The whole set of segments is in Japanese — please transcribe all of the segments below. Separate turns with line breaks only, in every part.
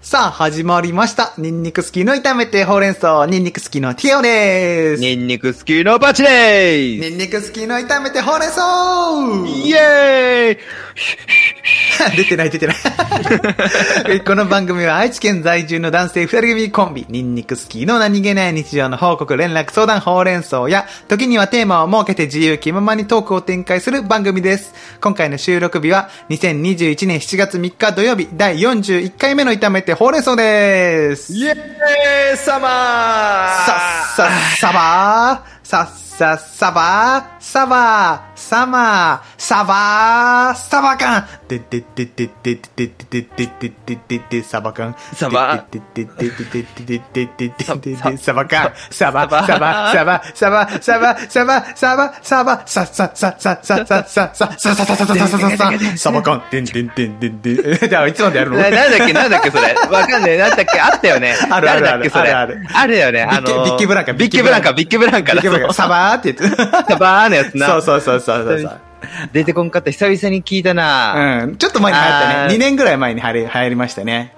さあ、始まりました。ニンニクスキーの炒めてほうれん草、ニンニクスキーのティオです。
ニンニクスキーのバチで
ニンニクスキーの炒めてほうれん草
すイエーイ
出てない出てない。え この番組は愛知県在住の男性二人組コンビ、ニンニクスキーの何気ない日常の報告、連絡、相談、ほうれん草や、時にはテーマを設けて自由気ままにトークを展開する番組です。今回の収録日は、2021年7月3日土曜日、第41回目の炒めてほうれん草です。
イエーイサマー
さっさっさばーさっさっさばーさばーさまーさばーさばかんでででででででででででででさばかん
さば
でででででででででででさばかんさばさばさばさばさばさばさばさばささささささささささささささささばかんでんでんでんでんでんじゃあいつまでやるの
ななんだっけなんだっけそれわかんねえ。なんだっけあったよね。
あるあるある
なんだっけそれ。
あるある
あるよね。あのー
ビッキブランカ
ビッキブランカ、ビッキブランカだ。
さばーって言って。
サバーのやつな。
そうそうそうそうそうそう。
出てこんかった。久々に聞いたな。
うん。ちょっと前に流行った
あ
ね。
ー
2年ぐらい前に流行り流行りましたね。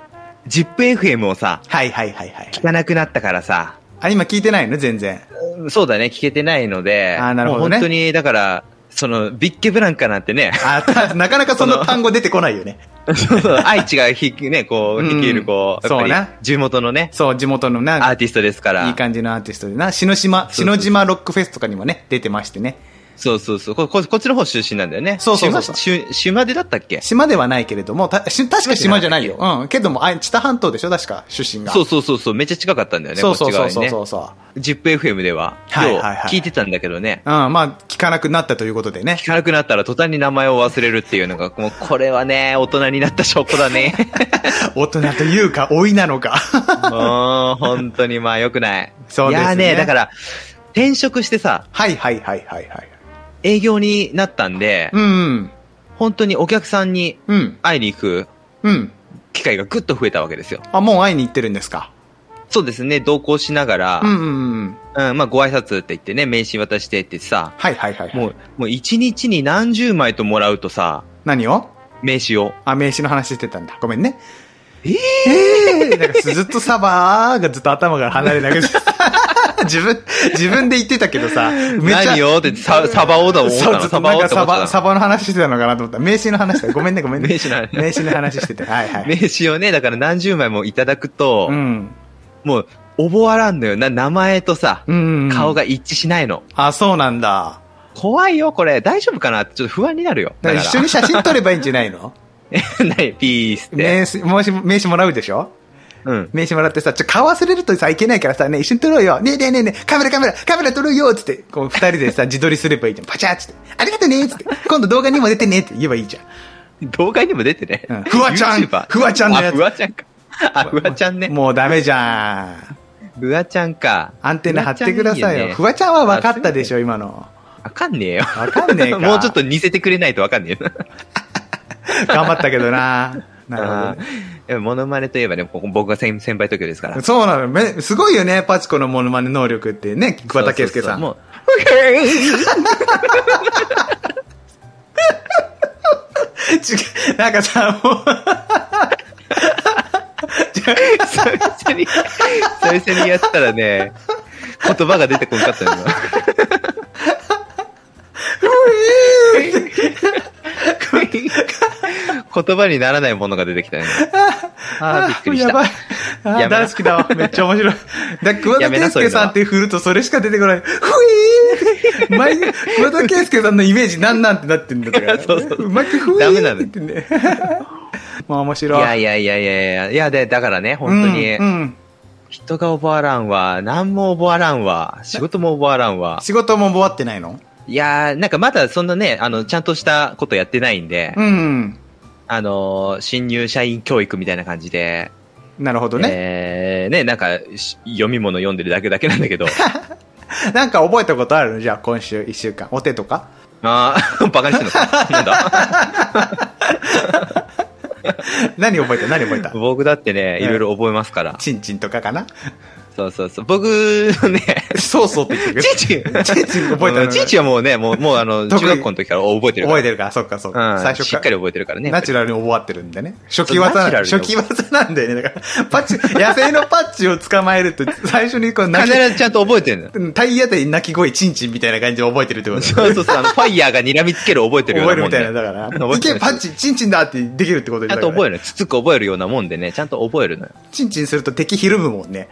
ジップ FM をさ、
はいはいはいはい。
聞かなくなったからさ。
あ、今聞いてないの全然。
そうだね。聞けてないので。
あーなるほどね
もう本当に、だから、その、ビッキブランカなんてね。
あ、た なかなかその単語出てこないよね。
そうそう愛知がひ、ね、こ
う
う、
ん
率いる、こう、やっ
そう
ぱ
ね
り、地元のね、
そう、地元の
ア
な、
ーティストですから。
いい感じのアーティストでな、篠島、
そうそ
篠
う
島ロックフェスとかにもね、出てましてね。
そうそうそう。こ、ここっちの方出身なんだよね。
そうそうそうそう
島島島出だったっけ
島ではないけれども、たし確か島じゃないよ。うん。けども、あ、知多半島でしょ確か、出身が。
そうそうそうそう。めっちゃ近かったんだよね。
そうそうそう
こっち側
そう
に
そ
ね。
うそう。
ジップ FM では、
はいはいはい
よう聞いてたんだけどね。
うん、まあ、聞かなくなったということで ね。
聞かなくなったら途端に名前を忘れるっていうのが、もうこれはね、大人になった証拠だ ね。
大人というか、老いなのか。
うーん、本当にまあ良くない。
そうですね
いやーね、だから、転職してさ、
はいはいはいはいはい。
営業になったんで、
うん。
本当にお客さんに
うん。
会いに行く
うん。
機会がぐっと増えたわけですよ。
あ、もう会いに行ってるんですか。
そうですね、同行しながら、
うんうんうん。
うん、まあご挨拶って言ってね、名刺渡してってさ、
はいはいはい、はい。
もう、もう一日に何十枚ともらうとさ、
何を
名刺を。
あ、名刺の話してたんだ。ごめんね。
えー
えー、なんかずっとサバーがずっと頭から離れなくて。 自分、自分で言ってたけどさ、めっちゃ。
何よって、ササバオだ、思った
そう、ず
の
っと
サ
な
バ
ん
オ
か
って思
サ
っ
バ、
て
サ
た
バの話してたのかなと思った。名刺の話だ。ごめんね、ごめんね。
名刺の話
名刺の話してて。はいは
の。
い。
名刺をね、だから何十枚もいただくと
う、ん。
もう、覚わらんのよ。な、名前とさ、
うん。
顔。が一致しないの。
あ、そうなんだ。
怖いよ、これ。大丈夫かなって、ちょっと不安になるよ。
だ
だ
から
か
一緒
ら。
に写真撮ればいいんじゃないの
何ピースって。
名刺、もし名刺もらうでしょ
うん。
名刺もらってさ、ちょ、顔忘れるとさ、いけないからさ、ね、一緒に撮ろうよ。ねえねえねえねえ、カメラカメラ、カメラ撮ろうよっつって、こう、二人でさ、自撮りすればいいじゃん。パチャーっつって、ありがとうねっつって、今度動画にも出てねって言えばいいじゃん。
動画にも出てね
うん。フワちゃん
YouTuber
フワちゃんのや
あ、
つ
フワちゃんか。あ、フワちゃんね。
もうダメじゃん。
フワちゃんか。
アンテナ張ってくださいよ。フ
フワ
ワちゃんは分かったでし
ょ。
ょ、今の。
わかんねえよ。
わかんねえか
もうちょっと似せてくれないとわかんねえよ。
頑張ったけどな。 なるほど
あ
ね。
ーでもモノマネといえばね、ここ僕が先先輩特許ですから。
そうなの。め、すごいよね、パチコのモノマネ能力ってね、桑田佳祐さん。
そうそうそうもう
違 うなんかさ、もう
久々に、久々にやったらね、言葉が出てこんかったよ今。 言葉にならないものが出てきたね。あーびっくりした
やばい。あー
やめな
大好きだわ。めっちゃ 面白い。だ桑田
やめ
佳
なそうい
祐
う
さ
のは
んって振るとそれしか出てこない。ふいー毎回桑田佳祐さんのイメージなんなんってなってんだから。
そうそうそう
まくふいー
ダメなの
ってね。 まあ面
い
白い。
やいやいやいやいや、いやで、だからね、本当に、
うんうん
人が覚わらんわ、何も覚わらんわ、仕事も覚わらんわ。
仕事も終わってないの
いやー、なんかまだそんなね、あの、ちゃんとしたことやってないんで、
うん。
あのー、新入社員教育みたいな感じで、
なるほどね。
えー、ね、なんか、し読み物読んでるだけだけなんだ けど、
なんか覚えたことあるのじゃあ今週一週間。お手とか
あー、 バカにしてんのかな んだ
何覚えた何覚えた
僕だって
え
ね、
え
いろいろ覚えますから。
チンチンとかかな
そうそうそう。僕のね、
そうそうって言ってる。
ちいちん
チーチン覚えてる
ちいちんはもうね、もう、もうあの、
得意
中学校の時から覚えてるから。
覚えてるから、そっかそっ
う
か。
ん、
最初
しっかり覚えてるからね。
ナチュ
ラ
ラルに覚わってるんでね。初期技な、
そう
初
ナチ
期
ュ
技なんだよね。だから、パッチ、 野生のパッチを捕まえると、最初にこう、泣き、
必ずちゃんと覚えてるの。
体当たり鳴き声、チンチンみたいな感じで覚えてるってことだよね
そうそうそう、あの、ファイヤーが睨みつける覚えてるよ
覚え
うな
る
も
み
ん
た
で
いな、だから。
覚
い
えてる
け、パッチ、チンチンだってできるってこと
ちゃ
だ
ん
よ
と覚
る。
えるの。つつく覚えるようなもんでね、ちゃんと覚える のよ。
チンチンすると敵ひるむもんね。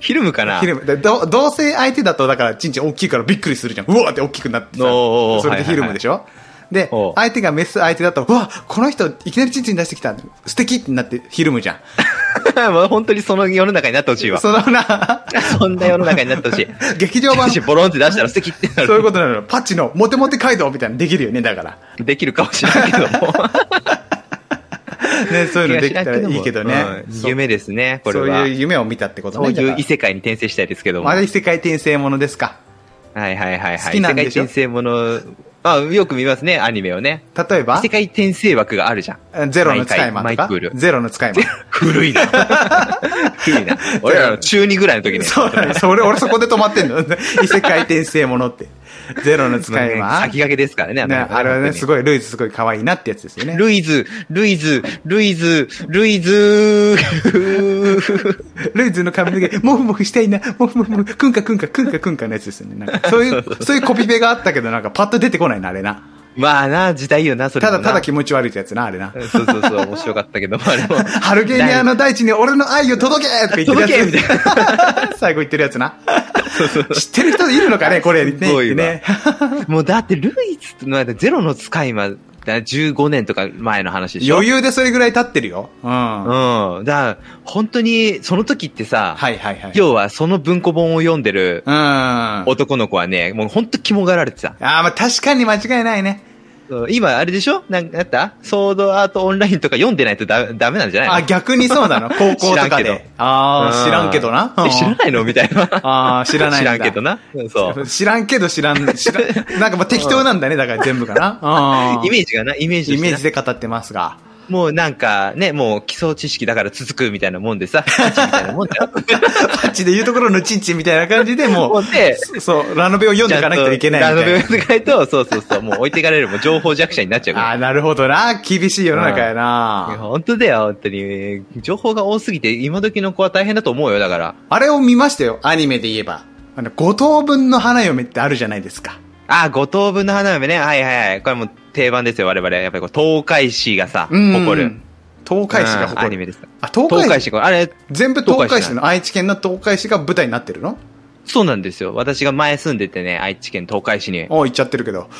ひるむ かな
ひるむ。だど同性相手だと、だから、チンチン大きいからびっくりするじゃん。うわーって大きくなってさ。
おーおー
それでひるむでしょで
おう、
相手がメス相手だと、うわ、この人、いきなりチンチン出してきた。素敵ってなって、ひるむじゃん。
もう本当にその世の中になってほしい わ。
そのな、
そんな世の中になってほしい。
劇場版
もしボロンって出したら素敵ってな
そういう
る。
ことなの。パッチのモテモテ街道みたいなのできるよね、だから。
できるかもしれないけども。
ね、そういう のできたらいいけどね。
うん
そう
夢ですね、これ
そう
は。
いう夢を見たってこと
そう
ね。
いう異
だか
世界に転生したいですけど
ら
も。
ま
は
だ
い
異世界転生ものですか。
はいはいはい。
好きなんでしょ
異世界転生もの、あ、よく見ますね、アニメをね。
例えば
異世、界転生枠があるじゃん。
ゼロの使い魔と
マイ
か
クール。
ゼロの使い魔。
古いな。古いな。俺らの中2ぐらいの時ね。
そうだね。それ、俺そこで止まってんの。異世界転生ものって。ゼロの使い 魔。
先駆けですからね、
ね、あれはね、す
い。
ごい、ルイズすごい可愛いなってやつですよね。
ルイズ、ルイズ、ルイズ、ルイズ、
ルイズの髪の毛、もふもふしたいな、もふもふもふ、くんかくんかくんかくんかのやつですよね。なんかそういう、そういうコピペがあったけど、なんかパッと出てこないな、あれな。
まあな、時代よな、それ
た
もな
だただ気持ち悪いってやつな、あれな。
そうそうそう、面白かっ たけども、あれも。
ハルゲニアの大地に俺の愛を届けとか言ってるやつ。
届け
な。 最後言ってるやつな。知ってる人いるのかね、これ。ね、
すごいわ
ね。
もうだって、ルイズってのはゼロの使い魔、だ15年とか前の話でし ょ。
余裕でそれぐらい経ってるよ。うん。は
うん。だから、本当に、その時ってさ、
いはいはい。
要はその文庫本を読んでる
うん。あー
男の子はね、もう本当肝がられてた。
まあ確かに間違いないね。
そう今、あれでしょなんか、あったソードアートオンラインとか読んでないとダダメなんじゃないの
あ、逆にそう なの高校と
知らん
か
けど
で。ああ、知らんけどな。
う
うんん
え知らないのみたいな。
ああ、知らないん
知
だ
らんけどな。そう。
知らんけど知らん、知らん。なんかもう適当なんだね、だから全部かな。うん
イメージがな、イメージ
イ
と
メ
して
ー
な
ジで語ってますが。
もうなんかね、もう基礎知識だから続くみたいなもんで さ、価値みたいなもんだよ。
パッチで言うところのチンチンみたいな感じでも
もう
う、
で、
そう、ラノベを読んでいかなきゃいけないみ
ラ
た
ノ
い
ベを
な。
読んでかないと、そうそうそう、もう置いていかれる、もう情報弱者になっちゃうか
あ
ら。
あ、なるほどな。厳しい世の中や
いや
な。
本当だよ、本当に。情報が多すぎて、今時の子は大変だと思うよ、だから。
あれを見ましたよ、アニメで言えば。あの、五等分の花嫁ってあるじゃないですか。
あ、五等分の花嫁ね。はいはいはい。これもう定番ですよ、我々。やっぱりこう、東海市がさ、
うん
誇る。。
東海市が
うんア
誇
ニメ
る。
です。
あ、東
東
海
海
市
市、これあれ、
全部東海市
東海市
な
な
の愛知県の東海市が舞台になってるの
そうなんですよ。私が前住んでてね、愛知県東海市に。
おう言っちゃってるけど。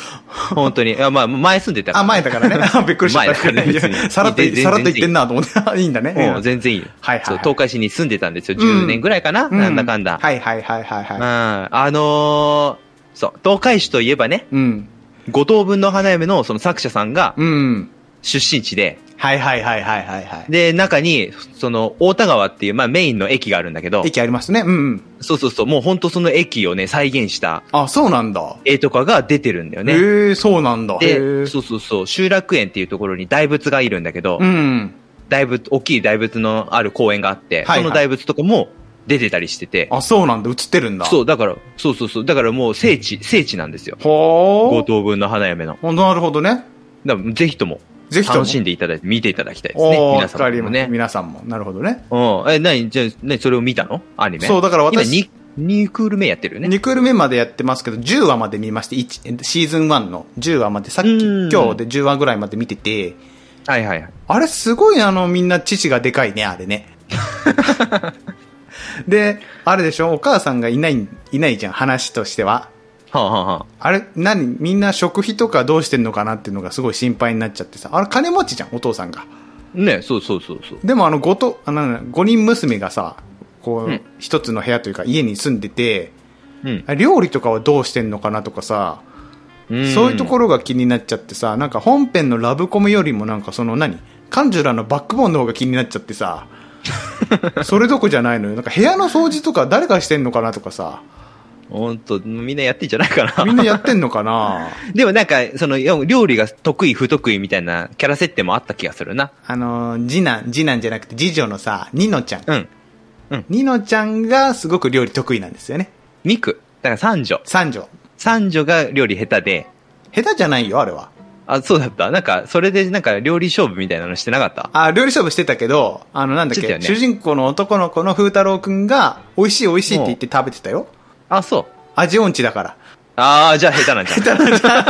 本当に。いや、まあ、前住んでたから。
あ、前だ からね。あびっくりし
前だからね別
た。いや
に
さらっと言って、
全然
さらっと言ってんなと思 って。いいんだね。
も
う
うん全然いいよ。
はいはいはい
そう東海市に住んでたんですよ。
うん
10年ぐらいかな、
う
なんだかんだ。
はいはいはいはい
うん。
は
あのー、そう、東海市といえばね、
い。うん。
五等分の花嫁のその作者さんが
うん。
出身地で、
はいはいはいはいはいはい。
で、中に、その、大田川っていう、まあメインの駅があるんだけど、
駅ありますね。うんうん。
そうそうそう、もう本当その駅をね、再現した
あ、そうなんだ。
絵とかが出てるんだよ
へ
ね。
え、そうなんだ。へ
で、
え
そうそうそう、集落園っていうところに大仏がいるんだけど、
うん。
大仏、大きい大仏のある公園があって、
はいはい
その大仏とかも出てたりしてて、
あ、そうなんだ。映ってるんだ。。
そうう、だから、そうそうそう、だからもう聖地、聖地なんですよ。
ほ
五
ー
等分の花嫁の。
あなるほどね。
だからぜひとも、
ぜひとも。
楽しんでいただいて、見ていただきたいですね。
おー、
皆
わか
さん
り
も
ま
ね
す。。皆さんも。なるほどね。
うん。え、なに、じゃあ、なに、それを見たのアニメ。
そう、だから
今
私、
2、2クール目やってるよね。
2クール目までやってますけど、10話まで見まして、1シーズン1の10話まで、さっき、
うん
今日で10話ぐらいまで見てて、
はいはいはい。
あれすごいあの、みんな父がでかいね、あれ ね。で、あれでしょお母さんがいない、いないじゃん、話としては。
はあ、はあはあ、
あれ、何みんな食費とかどうしてんのかなっていうのがすごい心配になっちゃってさ。あれ金持ちじゃん、お父さんが。
ね、そうそうそうそう。
でもあの、ごと、あの、5人娘がさ、こ
う、
うん一、つの部屋というか家に住んでて、
うん。
料理とかはどうしてんのかなとかさ、
ん
そういうところが気になっちゃってさ、なんか本編のラブコメよりもなんかその何彼女らのバックボーンの方が気になっちゃってさ、それどこじゃないのよ。なんか部屋の掃除とか誰がしてんのかなとかさ、
ほんと、みんなやってんじゃないか
み
な。
んなやってんのかな
でもなんか、その、要は料理が得意不得意みたいなキャラ設定もあった気がするな。
あのー、次男、次男じゃなくて次女のさ、ニノちゃん。
うん。うん
ニノちゃんがすごく料理得意なんですよね。
二区。だから三女。
三女。
三女が料理下手で、
下手じゃないよ、あれは。
あ、そうだった。なんか、それでなんか料理勝負みたいなのしてなかった
あ、料理勝負してたけど、あの、なんだっ
して
け、
たよね
主人公の男の子の風太郎くんが、美味しい美味しいって言って食べてたよ。
あ、そう。
味音痴だから。
ああ、じゃあ下手なんじゃん。下手なんじゃん。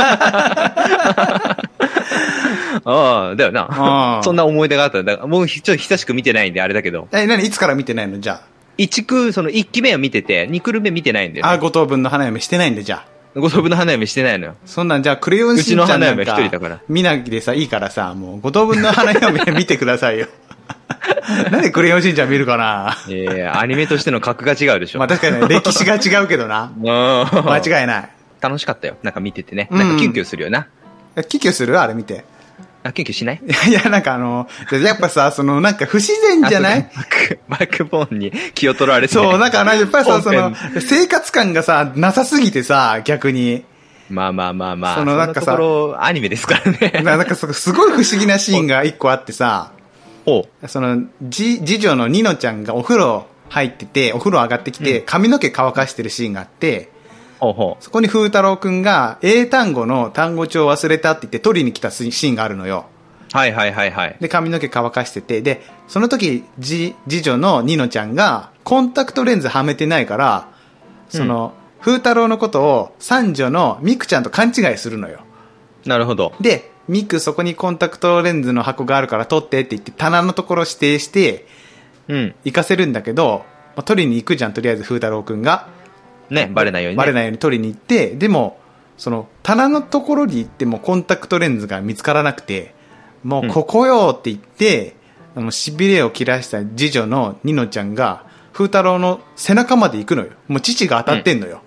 ああ、だよ
う
な。
ん
そんな思い出があった。だからもうひちょっと久しく見てないんで、あれだけど。
え、なに、いつから見てないのじゃ
一区、その一期目は見てて、二区目見てないんだ
あ。あ、
よ、ね。
五等分の花嫁してないんで、じゃあ。
五等分の花嫁し てないのよ。
そんなん、じゃあ、クレヨンしんちゃんなん
うちの花嫁一人だから
見なきでさ、いいからさ、もう、五等分の花嫁見てくださいよ。 なんでクレヨンしんちゃん見るかな
ええアニメとしての格が違うでしょ。
まあ確かにね、歴史が違うけど な。間
間
違いない。
楽しかったよ。なんか見ててね。
うん
なんかキュンキュンするよな。
えキュキュするあれ見て。
あ、キュンキュンしない
い やいや、なんかあの、やっぱさ、その、なんか不自然じゃな
あ
い
そうかバックバックボーンに気を取られて。
そう、なんかあの、やっぱりさ、そ
本編
の、生活感がさ、なさすぎてさ、逆に。
まあまあまあまあ。
そ
そ
の
の
なんか
中
さ
さ。ところ、アニメですからね。
ななんかそすごい不思議なシーンが一個あってさ、
おう
その、じ、次女のニノちゃんがお風呂入ってて、お風呂上がってきて、髪の毛乾かしてるシーンがあって、
ほうほ
そこに風太郎くんが、英単語の単語帳忘れたって言って取りに来たシーンがあるのよ。
う。はいはいはいはい。
で、髪の毛乾かしてて、で、その時、じ、次女のニノちゃんが、コンタクトレンズはめてないから、その、風太郎のことを三女のミクちゃんと勘違いするのよ。
なるほど。
で、ミクそこにコンタクトレンズの箱があるから取ってって言って、棚のところ指定して、
うん。
行かせるんだけど、まあ取りに行くじゃん、とりあえず風太郎くんが。
ね、バレないように、ね。
バレ
い。
ないように取りに行って、でも、その、棚のところに行ってもコンタクトレンズが見つからなくて、もうここよって言って、あの、痺れを切らした次女のニノちゃんが、風太郎の背中まで行くのよ。もう父が当たってんのよ。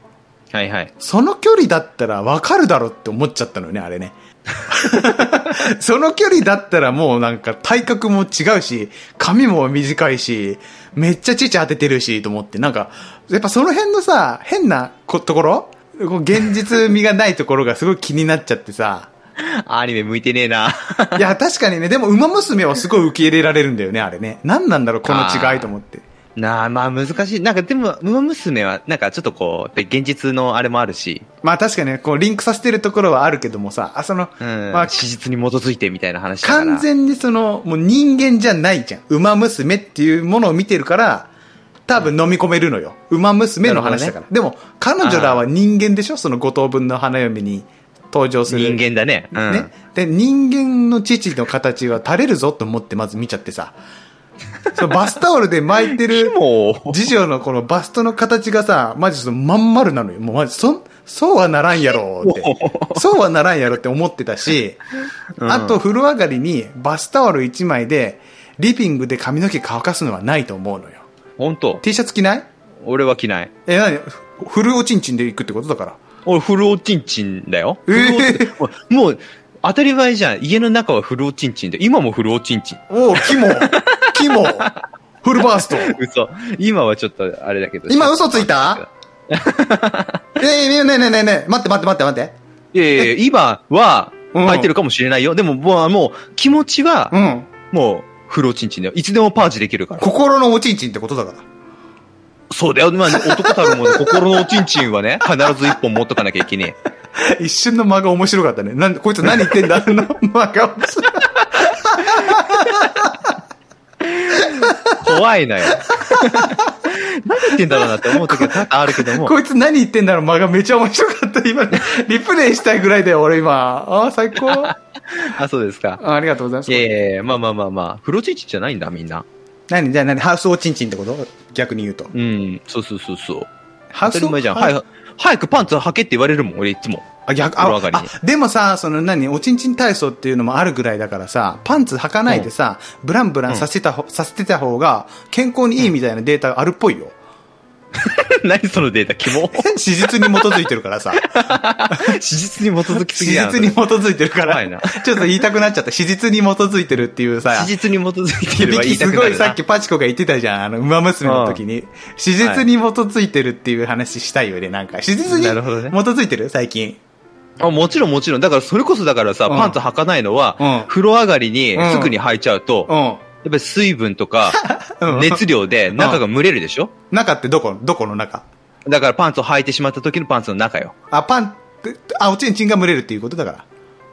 はいはい。
その距離だったらわかるだろって思っちゃったのよね、あれ ね。その距離だったらもうなんか体格も違うし、髪も短いし、めっちゃ父当ててるし、と思って、なんか、やっぱその辺のさ、変なこところこう現実味がないところがすごい気になっちゃって さ。
アニメ向いてねえな。
いや、確かにね、でも馬娘はすごい受け入れられるんだよね、あれね。何なんだろう、この違いと思って。
なあ、まあ難しい。なんかでも、ウマ娘は、なんかちょっとこう、やっぱり現実のあれもあるし、
まあ確かにね、こうリンクさせてるところはあるけどもさ、あ、その、
うん。
まあ
史実に基づいてみたいな話だから。
完全にその、もう人間じゃないじゃん。馬娘っていうものを見てるから、多分飲み込めるのよ。馬娘の話だから。でも、彼女らは人間でしょその五等分の花嫁に登場する。
人間だね。うん。
ね。で、人間の父の形は垂れるぞと思ってまず見ちゃってさ。そのバスタオルで巻いて
で
る
も、
次女のこのバストの形がさ、マジそのまん丸なのよ。もうマジ、そん、そうはならんやろって。そうはならんやろって思ってたし、
うん
あと風呂上がりにバスタオル1枚で、リビングで髪の毛乾かすのはないと思うのよ。
本当
T シャツ着ない
俺は着ない。
え、なにフルおちんちんで行くってことだから。
俺、フルオチンチンだよ。
えー
フルオチンもう、当たり前じゃん。家の中はフルオチンチンで、今もフルオチンチン。
おお、キ モキモフルバースト
嘘。今はちょっと、あれだけど。
今嘘つい たえー、ねえねえねえねえ、待って待って待って待って。
いやいやいや今は、
うん
入ってるかもしれないよ。でも、まあもう、気持ちは
う、ん。
もう、フルオチンチンだよ。いつでもパーチできるから。
心のおちんちんってことだから。
そうだよ。まあ、男た るもの、心のおちんちんはね、必ず一本持っとかなきゃいけね え。
一瞬の間が面白かったね。なんで、こいつ何言ってん だあの間が面白い。
怖いなよ。何言ってんだろうなって思う時は多々あるけども。
こいつ何言ってんだの間がめちゃ面白かった。今、リプレイしたいぐらいだよ、俺今。ああ、最高。あ
あ、そうですか。
ありがとうございます。
ええまあまあまあまあ、フロチンチンじゃないんだ、みんな。
何じゃあ何ハウスおちんちんってこと逆に言うと。
うん、そうそうそうそう。
ハ
当
ウ
た
ス
り前じゃん。
は
はい
い。、
早くパンツ履けって言われるもん、俺いつも。
あ、逆、
風
あ
呂上がりに
あ、でもさ、その何、おちんちん体操っていうのもあるぐらいだからさ、パンツ履かないでさ、ブランブランさせたほ、させてた方が健康にいいみたいなデータあるっぽい よ。
何そのデータ、キモ。
史実に基づいてるからさ。
史実に基づきす
史
ぎだな
実に基づいてるか
怖
ら
いな、
ちょっと言いたくなっちゃった。史実に基づいてるっていうさ、
史実に基づいてれ
響
ば言
き
いた
す
くな
ご
る
い
な。
さっきパチコが言ってたじゃん、あの、馬娘の時に。史実に基づいてるっていう話したいよね、なんか。史実に基
なるほどね
づいてる最近。
あもちろんもちろん。だからそれこそだからさ、
うん
パンツ履かないのは、
うん
風呂上がりに
うん
すぐに履いちゃうと、
うん。
やっぱり水分とか
うん
熱量で中が蒸れるでしょ
中ってどこどこの中
だからパンツを履いてしまった時のパンツの中よ。
あ、パンって、あ、おちんちんが蒸れるっていうことだから。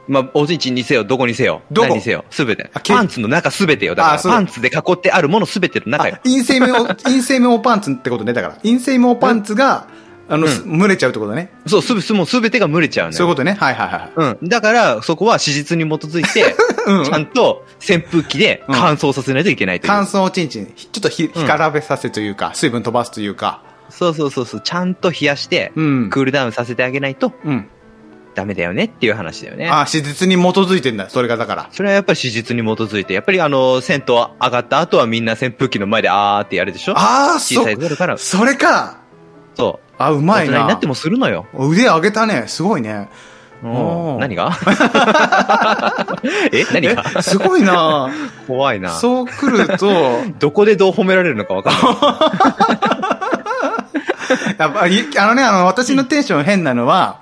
まあ、おちんちんにせよ、どこにせよ、
どこ
何にせよ、すべて
あ。け
パンツの中すべてよ。だか
あ
ら、
そう
パンツで囲ってあるものすべての中よ
あ。陰性明、 陰性明パンツってことね、だから。陰性明パンツが、あの、
うん
す蒸れちゃうってことね。
そう、すべ、すもうすべてが蒸れちゃうの
そういう
よ。
ことね。はいはいはい。
うん。だから、そこは史実に基づいて、
うん
ちゃんと扇風機で乾燥させないといけないという。
乾燥おちんちん、ひちょっとひ、干からべさせというか、水分飛ばすというか。
そうそうそうそう。ちゃんと冷やして、ク
うん
ールダウンさせてあげないと
うん。
ダメだよねっていう話だよね。
あ、史実に基づいてんだ、それがだから。
それはやっぱり史実に基づいて、やっぱりあの、銭湯上がった後はみんな扇風機の前であーってやるでしょ
ああ、
小
そ
さい、頃から、
それか。
そう。
あ、う
大
まい
人に
な。
なってもするのよ。
腕上げたね。すごいね。おー
何 がえ何が
えすごいな。
怖 いな。
そう来る と、
どこでどう褒められるのかわかんない。
やっぱり、あのね、あの、私のテンション変なのは、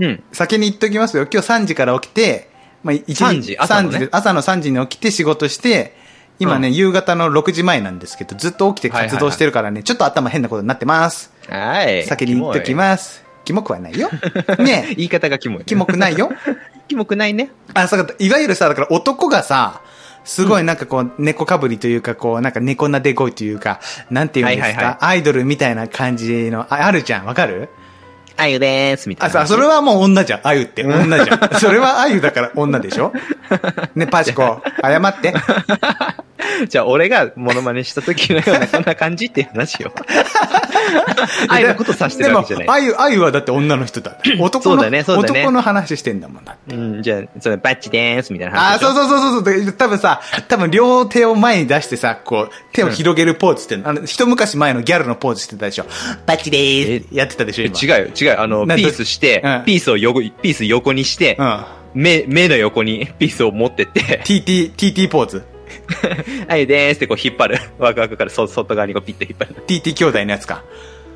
うん。
先に言っときますよ。今日3時から起きて、まあ、1
3時朝のね
で朝の3時に起きて仕事して、今ね、夕方の6時前なんですけど、ずっと起きて活動してるからね、ちょっと頭変なことになってます。
はい。
先に言っときます。キモくはないよ。ね
言い方がキモい、ね。
え、キモくないよ。
キモくないね。
あ、そうか、いわゆるさ、だから男がさ、すごいなんかこう、猫かぶりというか、こう、なんか猫なで声というか、なんていうんですか、
はいはいはい
アイドルみたいな感じの、ああるじゃん、わかる
あゆでーす、みた
あ、
いな。
さ、それはもう女じゃん。あゆって。女じゃん。それはあゆだから女でし ょね、パチコ、謝って。
じゃあ、俺がモノマネした時のような、こんな感じっていう話 よ。あゆのこと指してるわけじゃ
で
ない
も、。あゆ、あゆはだって女の人だって。男の、
そうだねそうだね
男の話してんだもんだって。
うん、じゃあ、それバッチでーす、みたいな話
あ、
でしょ。
そうそうそうそうそう。多分さ、多分両手を前に出してさ、こう、手を広げるポーズって、あの、一昔前のギャルのポーズしてたでしょ。パチでーす。やってたでしょ、今。う。
違うよ、違う。あの、
な
ピースして
うん、
ピースを横、ピース横にして
う、ん。
目、目の横に ピースを持ってって、
TT、TT ポーズ。
あゆでーすってこう引っ張る。 ワクワクからそ外側にこうピッと引っ張る。
TT 兄弟のやつか。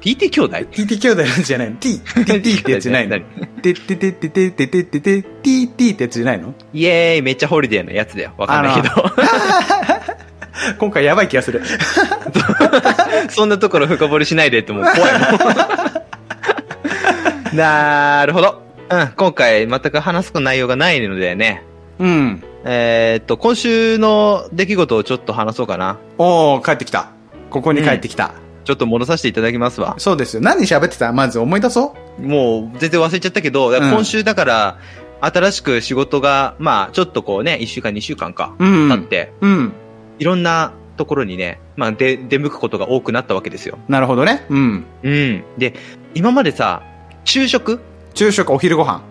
TT 兄弟
TT 兄弟のやつじゃないの ?T、TT ってやつじゃないのててててててててて、TT ってやつじゃないの
イエーイ、めっちゃホリデーのやつだよ。わかんないけど。
今回やばい気がする。
そんなところ深掘りしないでってもう 怖いもん。 なるほど。うん、今回全く話す内容がないのでね。
うん。
えーっと、今週の出来事をちょっと話そうかな。
おー、帰ってきた。ここに帰ってきた。
ちょっと戻させていただきますわ。
そうですよ。何喋ってたまず思い出そ
もう全然忘れちゃったけど、
ん
今週だから、新しく仕事が、まあ、ちょっとこうね、1週間、2週間か、
う。うん。
経って、
うん。
いろんなところにね、まあ、で、出向くことが多くなったわけですよ。
なるほどね。うん。
うん。で、今までさ、昼食
昼食、お昼ご飯。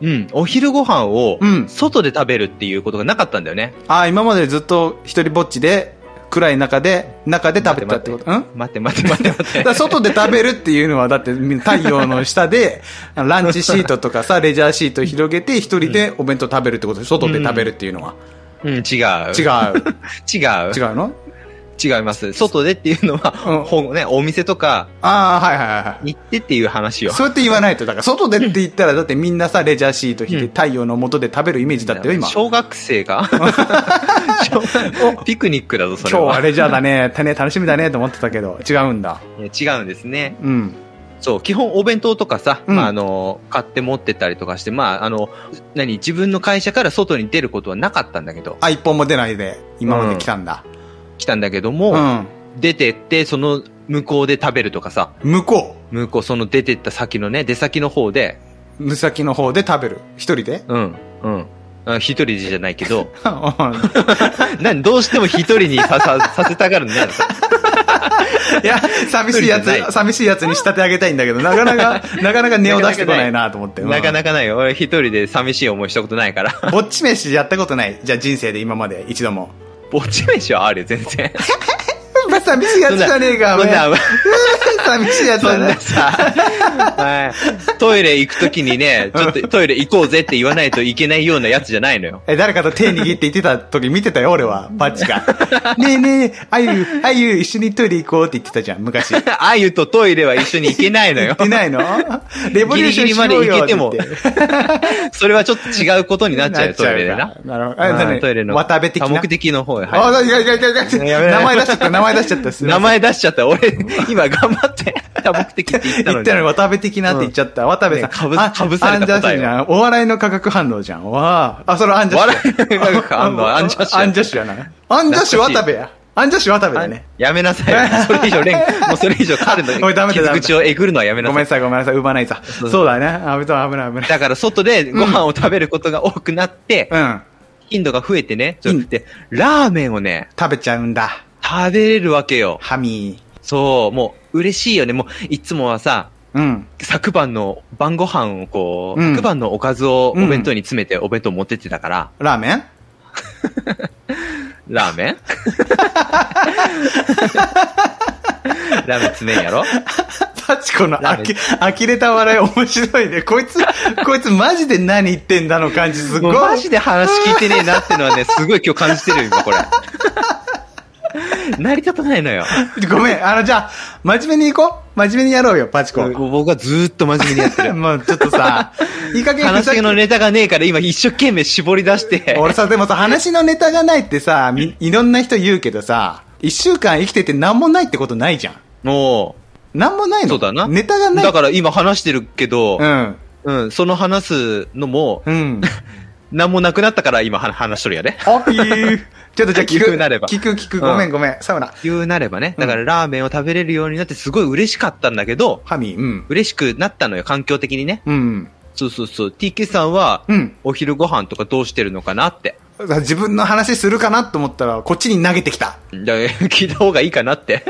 うん。お昼ご飯を
う、ん。
外で食べるっていうことがなかったんだよね。
あー、今までずっと一人ぼっちで、暗い中で、中で食べてたってこと。うん
待って待って待って待
だ
っ
から外で食べるっていうのは、だって太陽の下で、ランチシートとか さ、レジャーシート広げて、一人でお弁当食べるってことでしょ外で食べるっていうのは。
て。うん、違う。
違
違う。
う。
違う。
違うの
違います。外でっていうの
うん
は、ほね、お店とか
ああ、はいはいはいはい。
行ってっていう話よ。
そうやって言わないと、だから外でって言ったら、だってみんなさ、レジャーシート引いて
うん
太陽の下で食べるイメージだったよ、今。今
小学 生がピクニックだぞ、そ
日
れ
は
は。
レジャーだね、たね楽しみだねと思ってたけど、違うんだ。
いや違うんですね。
うん。
そう、基本お弁当とかさ、
うん
まあ、あの、買って持ってったりとかして、まあ、あの、何、自分の会社から外に出ることはなかったんだけど、
あ、一本も出ないで、今まで来たんだ。
来たんだけど
う
も、
ん。
出てって、その向こうで食べるとかさ、
向こ
向こう、その出てった先のね、出先の方で、
う、無先の方で食べる。一人で
うん、うん。あ一人じゃないけ ど、
い
何、どうしても一人にさ、さ、 させたがるんだよ。
や、寂 しいや
一人じゃな
つ、
い
寂しいやつに仕立て上げたいんだけど、なかな か、なかなか根を出してこないなと思って。
なか
うん
なかないよ。俺一人で寂しい思いしたことないから。
ぼっち 飯やったことない。じゃあ人生で今まで一度も。
ぼっち飯はあるよ、全然。
な寂しいやつじゃねえか、お
そん
めえ
な、
寂しいやつ
そ
だ
んな
ね。
さ、はいトイレ行くときにね、ちょっとトイレ行こうぜって言わないといけないようなやつじゃないのよ。
え、誰かと手握って言ってた時見てたよ、俺は。パッチ が。ねえねえ、あゆ、あゆ、一緒にトイレ行こうって言ってたじゃん、昔。行
あゆとトイレは一緒に行けないの よ
っ。てないのレボリューションしようよって言って
ギリギリまで行けそれはちょっと違うことになっちゃうよ、トイレでな。
なるほど。あ何
うんトイレの。
渡辺的な
多目的の方へ。
あ、
はい
いやいやいやいや
やめろ
名前出しちゃった、名前出しちゃった。すいま
名
せん
前出しちゃっ た。俺、今頑張って、多目的って言った
言っ
のに
た。のに渡辺的なって言っちゃった。渡部さん。
ねかぶ
あ
かぶされた答え
アンジャッシュじゃん。お笑いの化学反応じゃん。わあ。あ、それアンジャッシュ。
笑いの化学反応アンジャッシュ
アンジャッシュやな。アンジャッシュ渡部や。アンジャッシュ渡部だね。
やめなさい。それ以 上連、もうそれ以上
お
彼
いダ
の
メだダメ
傷
だ
口をえぐるのはやめな
ご
さ
めん
い。
なさい、ごめんなさい。生まないさ。
う
そうだね。あ危ない、危ない、危ない。
だから外でご飯を食べることが多くなって、
うん。
頻度が増えてね、ちょっと
うん
で、ラーメンをね、
食べちゃうんだ。
食べれるわけよ。
ハミ
そう、もう嬉しいよね。もういつもはさ、
ー。うん。
昨晩の晩ご飯をこう、
うん
昨晩のおかずをお弁当に詰めてお弁当持ってってたから、
ラーメン
ラーメン ラーメン詰めんやろ
パチコのあ
ラーメ
き、呆れた笑い面白いね。こいつ、 こいつマジで何言ってんだの感じす
も
ごい。
うマジで話聞いてねえなってのは ね、すごい今日感じてるよ、今これ。成り立たないのよ。
ごめん。あの、じゃあ、真面目に行こう。真面目にやろうよ、パチコ。
僕はずーっと真面目にやってる。
もうちょっとさ、いい加減
話の
ネ
ネタがねえから今一生懸命絞り出して。
俺さ、でもさ、話のネタがないってさ、みいろんな人言うけどさ、一週間生きてて何もないってことないじゃん。
も
何もないの
そうだな
ネタが
う、
ない。
だから今話してるけど、
うん。
うん、その話すのも、
うん。
何もなくなったから今は話しとるよね。
あっぴー。ちょっとじゃあ聞
聞
く。
くなれば
聞く聞く。
うん
ごめんごめん。サウナ。
言うなればね。だからラーメンを食べれるようになってすごい嬉しかったんだけど、
ハミー。うん。
嬉しくなったのよ、環境的にね。
うん。
そうそうそう。TK さんは、
うん。
お昼ご飯とかどうしてるのかなって。
自分の話するかなと思ったら、こっちに投げてきた。
じゃあ、 聞いた方がいいか なって。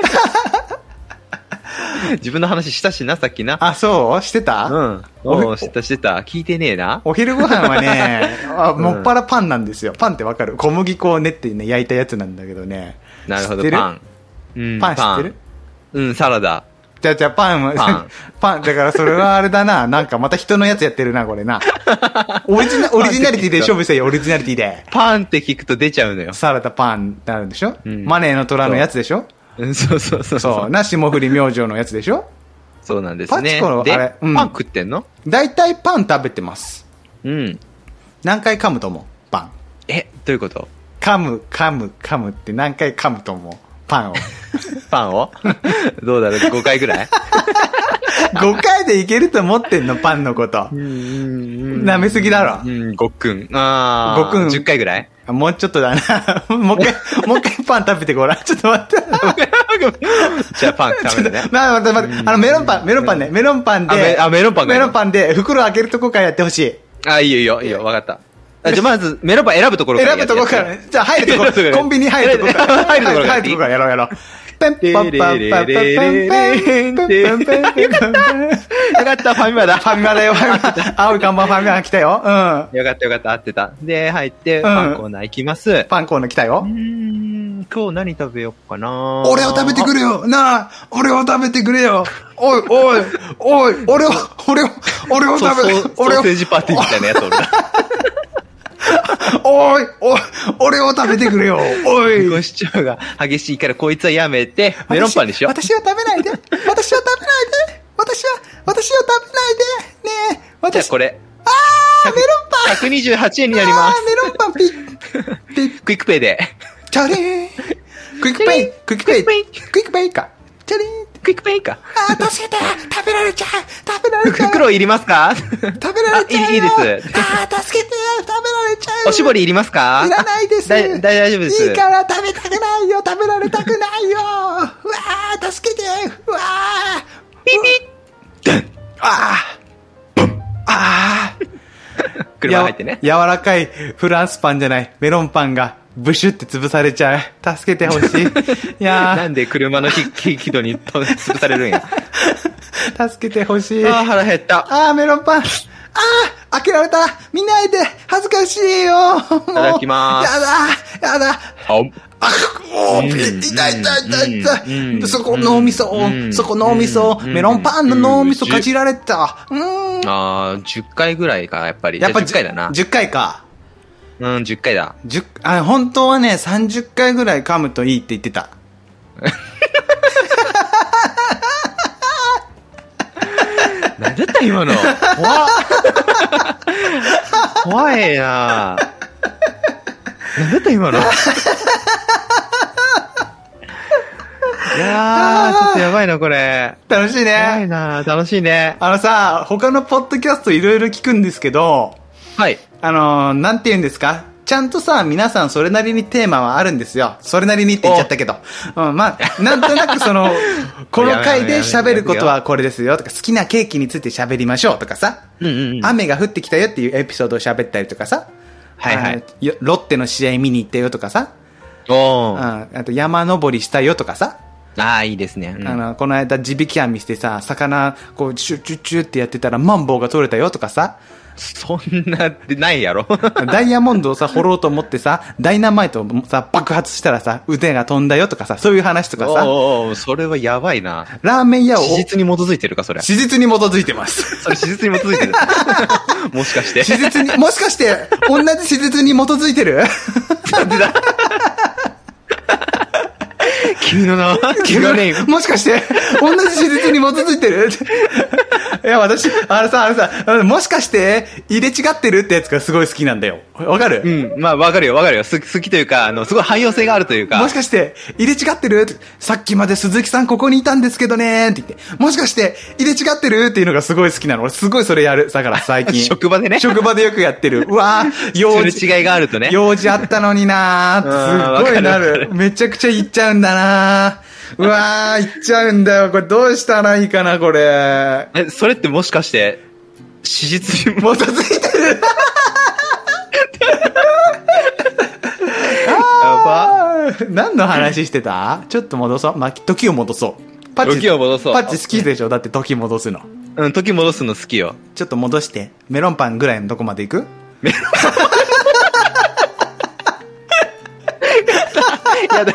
自分の話したしな、さっきな。
あ、そうしてた
うん。
お
おう知った知ってた。聞いてねえな。
お昼ご飯はね、あ
うん
もっぱらパンなんですよ。パンってわかる小麦粉を練ってね、焼いたやつなんだけどね。
なるほ
知ってる
ど、パン。うん
パン知ってる
うん、サラダ。
じゃあじゃあパンは、
パ
パ
ン
ン。だからそれはあれだな。なんかまた人のやつやってるな、こ れな。オリジナオリジナリティで勝負せよ、オリジナリティで。
パンって聞くと出ちゃうのよ。
サラダパンってあるんでしょ、
うん
マネーの虎のやつでしょ
うんそうそうそう。
そう。な、霜降り明星のやつでしょ
そうなんです
パチ
ね。
コの
で
あれうん
パン食ってんの
大体パン食べてます。
うん。
何回噛むと思うパン。
え、どういうこと
噛む、噛む、噛むって何回噛むと思うパンを。
パンを どうだろう ?5 回ぐら い
5回でいけると思ってんの、パンのこと。舐
舐
めすぎだろ
うん、ごっくん。あー。
ごっくん
10回ぐら い
もうちょっとだな。もう一回、もう一回パン食べてごらん。ちょっと待って。
じゃあパン食べるね。
まあ、待って待って、あの、メロンパン、メロンパンね、メロンパン
あメ
で、
あメロンパンが
メ
いいの
ロンパンで、袋開けるとこからやってほしい。
あ、いいよいいよ、いいよ、わかった。あじゃあまず、メロンパン選ぶところからや
選
って。
ぶとこからね、じゃあ入ると
選ぶとこから
こ、コンビニ入るとこから、
入るとこから
入るとこからやろうやろう。ペンペンパンパンパンパンパンパンパンペンペンペン
よかった、ファミマだ。
ファミマだよ、ファミマ。青い看板ファミマ来たよ。うん。
よかったよかった、合ってた。で、入って、パンコーナー行きます。う
パンコーナー来た
ー
よ。
ん、今日何食べようかな
俺を食べてくれよなあ俺を食べてくれよおいおいおい俺を俺を俺を
そう
食べ
そうソ
俺を
ーセージパーティーみたいなやつ俺だ。
おいおい俺を食べてくれよおい
ご主張が激しいから、こいつはやめ て、 メロンパンにしよう。
私私は食べないで私は食べないで私は私は食べないでねえ
じゃあ
私
これ、
あーメロンパン
128円になりま
あー
す。
メロンパンピッ
クイックペイで。
チャリーンクイックペイクイックペイ
クイック
クイックペイかチャリーン
クイックペイか。
あー助けて食べられちゃう食べら れちゃう
袋いりますか
食べられちゃうよ
あいいいいです
あー助けて食べられちゃうよ
おしぼりいりますか
いらないです
だだ大丈夫です。
いいから食べたくないよ食べられたくないようわー助けてうわーピピあああ
車入ってね。
柔らかいフランスパンじゃないメロンパンがブシュって潰されちゃう助けてほし いい
な
や
んで車 の適度にと潰されるんや。
ー助けてほしい
ああ、腹減った。
あーメロンパンああ開けられた見ないで恥ずかしいよい
ただきます
やだやだ
あ、
あ、おー、痛い痛い痛い痛い。でそこ脳みそを、そこ脳みそを、メロンパンの脳みそかじられた。うーん。
ああ、10回ぐらいか、やっぱり。
やっぱ
じゃあ10回だな。
10回か。
うん、10回だ。
10あ、本当はね、30回ぐらい噛むといいって言ってた。
なんだった今の。 怖っ怖いななんだった 今の。いやー、ちょっとやばいな、これ。
楽しい
怖い
ね。
な楽しいね。
あのさ、他のポッドキャストいろいろ聞くんですけど、
はい。
あのー、なんて言うんですかちゃんとさ、皆さんそれなりにテーマはあるんですよ。それなりにって言っちゃったけど。うん、まあ、なんとなくそ の、この回で喋ることはこれですよとか、好きなケーキについて喋りましょうとかさ、
うんうんうん。
雨が降ってきたよっていうエピソードを喋ったりとかさ、
はいはい
あのよロッテの試合見に行ったよとかさ、
お
うん、
ー。
あと山登りしたよとかさ、
ああ、いいですね。うん
あの、この間地引き網してさ、魚、こう、チュッチュッチュッってやってたらマンボウが取れたよとかさ、
そんなってない やろ。
ダイヤモンドをさ、掘ろうと思ってさ、ダイナマイトをさ、爆発したらさ、腕が飛んだよとかさ、そういう話とかさ、
おおそれはやばいな。
ラーメン屋を、
史実に基づいてるか、それ。
史実に基づいてます。
それ史実に基づい てる。もしかして。
史実に、もしかして、同じ史実に基づいてる
君の名は君のネーム。
もしかして、同じ史実に基づいてるいや、私、あれさ、あれさ、あのもしかして、入れ違ってるってやつがすごい好きなんだよ。わかる、
うん。まあ、わかるよ、わかるよ。好き、好きというか、あの、すごい汎用性があるというか。
もしかして、入れ違ってるさっきまで鈴木さんここにいたんですけどねって言って、もしかして、入れ違ってるっていうのがすごい好きなの。俺すごいそれやる。だから最近。
職場でね
職場でよくやって る。うわぁ、用
す
事。
る違いがあるとね。
用事あったのになー
うん
すっごいな
わかる
る。めちゃくちゃ行っちゃうんだなーうわー、行っちゃうんだよ。これどうしたらいいかな、これ。
え、それってもしかして、史実に
基
も、
づいてる。
やば。
あー何の話してたちょっと戻そう。まあ、時を戻そう。パ
時を戻そう
パッチ好きでしょだって時戻すの。
うん、時戻すの好きよ。
ちょっと戻して、メロンパンぐらいのとこまで行く
やだ。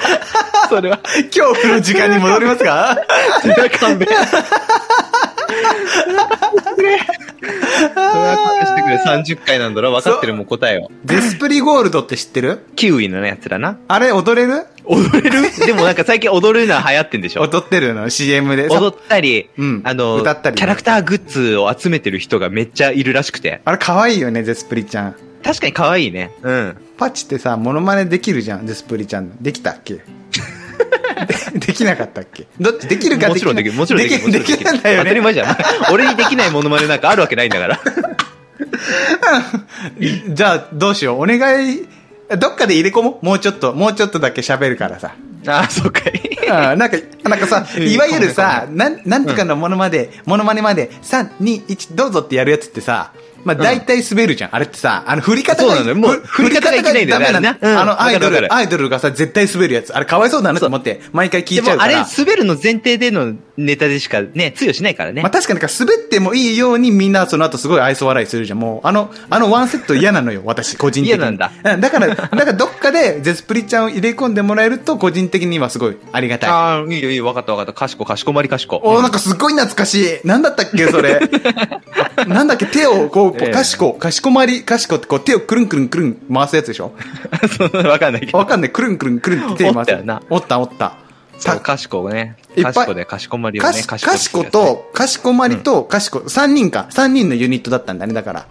それは、
恐怖の時間に戻りますか
それは勘弁。それは勘弁してくれ。30回なんだろ分かってるもん答えを。
デスプリゴールドって知ってる
キウイのやつだな。
あれ踊れる
踊れるでもなんか最近 踊るのは流行ってんでしょ
踊ってるの ?CM で。
踊ったり、
うん
あの、
歌ったりね
キャラクターグッズを集めてる人がめっちゃいるらしくて。
あれ可愛いよね、デスプリちゃん。
確かに可愛いね。うん。
パッチってさ、モノマネできるじゃん、デスプリちゃんの。できたっけ でできなかったっけどっちできるか
も
で
ち
きな
ろん
い
できる。もちろんできる。もち
で
ろん
きできないんだ
当た
よ
り
ね。
前 じゃん。俺にできないモノマネなんかあるわけないんだから。
じゃあ、どうしよう。お願い、どっかで入れ込もう。もうちょっと、もうちょっとだけ喋るからさ。
ああ、そうかい。
あーなんか、なんかさ、
うん
いわゆるさ、なん、なんとかのものまで、ものまねまで、3、2、1、どうぞってやるやつってさ、まあ、大体滑るじゃん。あれってさ、あの、振り方が、
そうなのよもう
ふ
振り方がいけないんだよね
ダメな
あれねうん
あの、アイド
わか
ル、
るわかる
アイドルがさ、絶対滑るやつ。あれ、かわいそうだなと思って、毎回聞
で
いちゃう
も
か
あれ、
ら。
滑るの前提でのネタでしかね、通用しないからね。
まあ、確かになんか滑ってもいいようにみんなその後すごい愛想笑いするじゃん。もう、あの、あのワンセット嫌なのよ、私、個人的に。
嫌なんだ
うん。だから、だからどっかで、ゼスプリちゃんを入れ込んでもらえると、個人的にはすごいありがたい。
ああ、いいよいいよ、わかったわかった。かしこ、かしこまりかしこ。
おーなんかすっごい懐かしい。なんだったっけ、それ。 なんだっけ、手を、こう、
ええ
かしこ、かしこまり、かしこって、こう、手をくるんくるんくるん回すやつでしょ
そうわかんないけど。
わかんない。くるんくるんくるんって手回す。
おったよな
おった、おった。
そう、かしこね。
いっぱ
か
い
しこでかしこまりを
か
ね、
し、かしこと、かしこまりと、かしこ、三人か。三人のユニットだったんだね、だ から。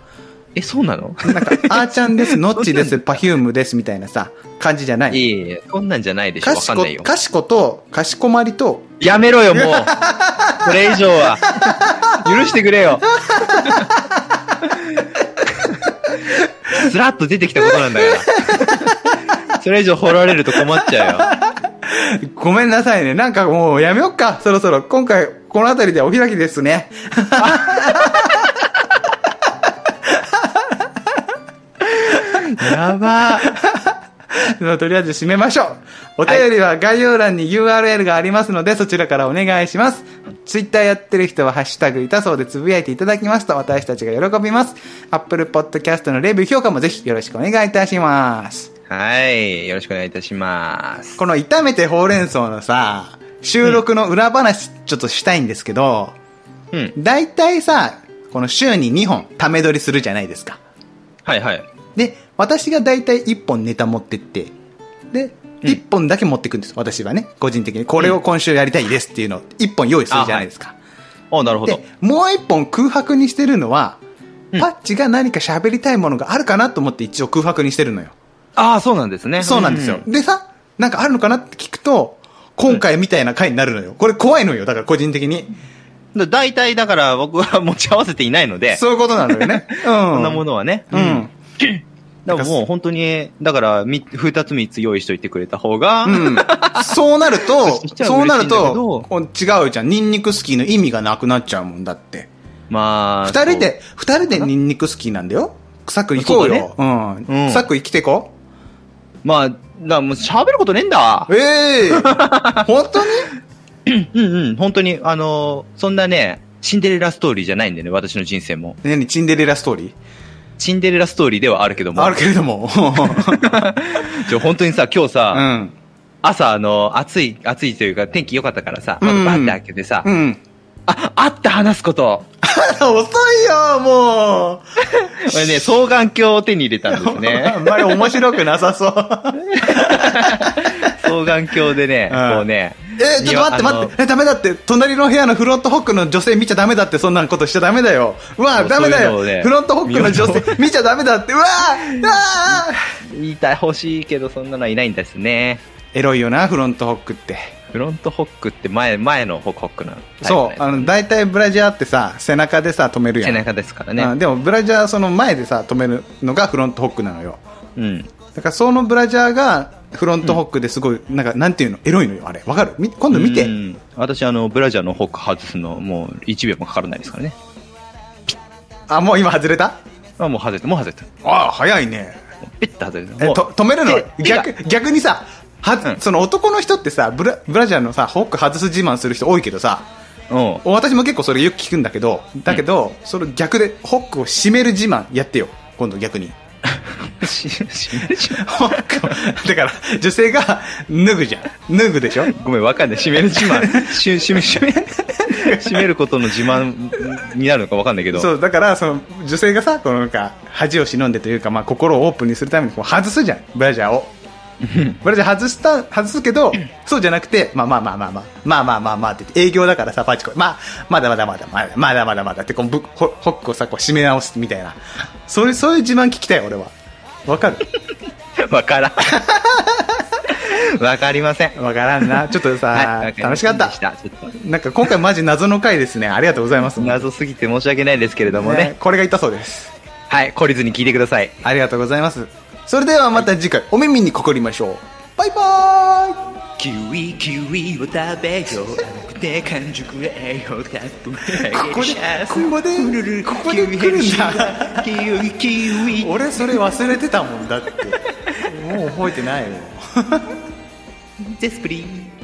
え、そうなの
なんか、あーちゃんです、のっちです、パフュームです、みたいなさ、感じじゃないい。
いえ、そんなんじゃないでしょ。
か
わ
し
かん
こ
ない、よ。
かしこと、かしこまりと、
やめろよ、もう。これ以上は。許してくれよ。スラッと出てきたことなんだから。それ以上掘られると困っちゃ
ごめんなさいね。なんかもうやめよっか。そろそろ。今回、この辺りでお開きですね。
うよ。やば
とりあえず締めましょう。お便りは概要欄に URL がありますので、そちらからお願いします。ツイッターやってる人は、ハッシュタグいたそうでつぶやいていただきますと、私たちが喜びます。Apple Podcast のレビュー評価もぜひよろしくお願いいたします。
はい。よろしくお願いいたします。
この炒めてほうれん草のさ、収録の裏話ちょっとしたいんですけど、
うん。
だいたいさ、この週に2本、ため撮りするじゃないですか。
はいはい。
で、私がだいたい1本ネタ持ってって、で、
うん
1本だけ持ってくんです。私はね、個人的に。これを今週やりたいですっていうのを1本用意するじゃないですか。
あ、なるほど
で。、もう1本空白にしてるのは、
うん
パッチが何か喋りたいものがあるかなと思って一応空白にしてるのよ。
ああ、そうなんですね。
そうなんですよ。でさ、なんかあるのかなって聞くと、今回みたいな回になるのよ。これ怖いのよ。だから個人的に。
だ大体だから僕は 持ち合わせていないので、そ
そういうことなのよね。うん。 そ
んなものはね。
うん。。
だからもう本当に、だからみ二つ三つ用意しといてくれた方が、
うん。そうなると
そし、たら
そうなる
嬉しいんだけど
と、こう違うじゃん。ニンニクスキーの意味がなくなっちゃうもんだって。
まあ、
二人で、二人でニンニクスキーなんだよ。サク行こうよ。う
うん
ん。サク生きてこ。
そう。まあ、だからもう喋ることねえんだ。
ええ 本当に
うんうん、本当に、あのーそんなね、シンデレラストーリーじゃないんでね、私の人生も。
何チンデレラストーリ
シンデレラストーリーではあるけど
ー
も。
あるけれど も。
ちょ、本当 にさ、今日さ、
うん。
朝、あの、暑い、暑いというか、天気良かったからさ、
うん
窓バッて開けてさ、
うん。
あ、あって話すこと。
遅いよ、もう。。
俺ね、双眼鏡を手に入れたんですね
あんまり面白くなさそう。
双眼鏡でね、
うん
こうね。
えー、ちょっと待って待っ
庭あの
て。え、ダメだって。隣の部屋のフロントホックの女性見ちゃダメだって。そんなことしちゃダメだよ。うわ
そ
ー
う
ダメだ
そういうの
よ
をね
フロントホックの女性見ちゃダメだって。うわーあ
言いたい欲しいけど、そんなのはいないんですね。
ーエロいよな、フロントホックって。
フロントホックって前、前のホックホックなの。
そう。あの、大体ブラジャーってさ、背中でさ、止めるや
背
ん。
中ですから
う
ね
ん。でもブラジャーその前でさ、止めるのがフロントホックなのよ。
うん。
だからそのブラジャーがフロントホックですごい、なんか、なんていうのエロいのよ、あれ。わかるみ今度見て。
うん私、あの、ブラジャーのホック外すの、もう1秒もかからないですからね。
あ、もう今外れた
あ、もう外れた、もう外れた。
ああ、早いね。
もうピッと外れた。
え
もう
と止めるの
手手が
逆逆にさは、
うん
その男の人ってさブラブラジャーのさホック外す自慢する人多いけどさ
うん。
私も結構それよく聞くんだけどだけど、その逆でホックを締める自慢やってよ今度逆に
ししし
ホックをだから女性が脱ぐじゃん脱ぐでしょ
ごめん、わかんない。締める自慢。し締め、締め、締めることの自慢になるのかわかんないけど。
そうだからその女性がさこのなんか恥を忍んでというか、まあ、心をオープンにするためにこう外すじゃんブラジ ャーをブラジャー外した外すけどそうじゃなくてまあまあまあまあまあまあまあまあまあって言って営業だからさパチコまあまだまだまだまだまだまだまだってこうぶホホックをさこう締め直すみたいなそういうそういう自慢聞きたい俺はわかる
わからん。わかりません。
わからんな ちょっとさ、
はい、
楽しかっ
わ
た
りませんでしたちょっ
なんか今回マジ謎の回ですねありがとうございます
と謎すぎて申し訳ないですけれどもね。
ねこれが言ったそうです
はい、懲りずに聞いてください。
ありがとうございます。それではまた次回お耳にかかりましょう。バイバーイ
キウイキウイを食べよう甘くて完熟栄養たっぷり
ここでここでここで来るんだ
キウイキウイ
俺それ忘れてたもんだって。もう覚えてないよ。
ゼスプリン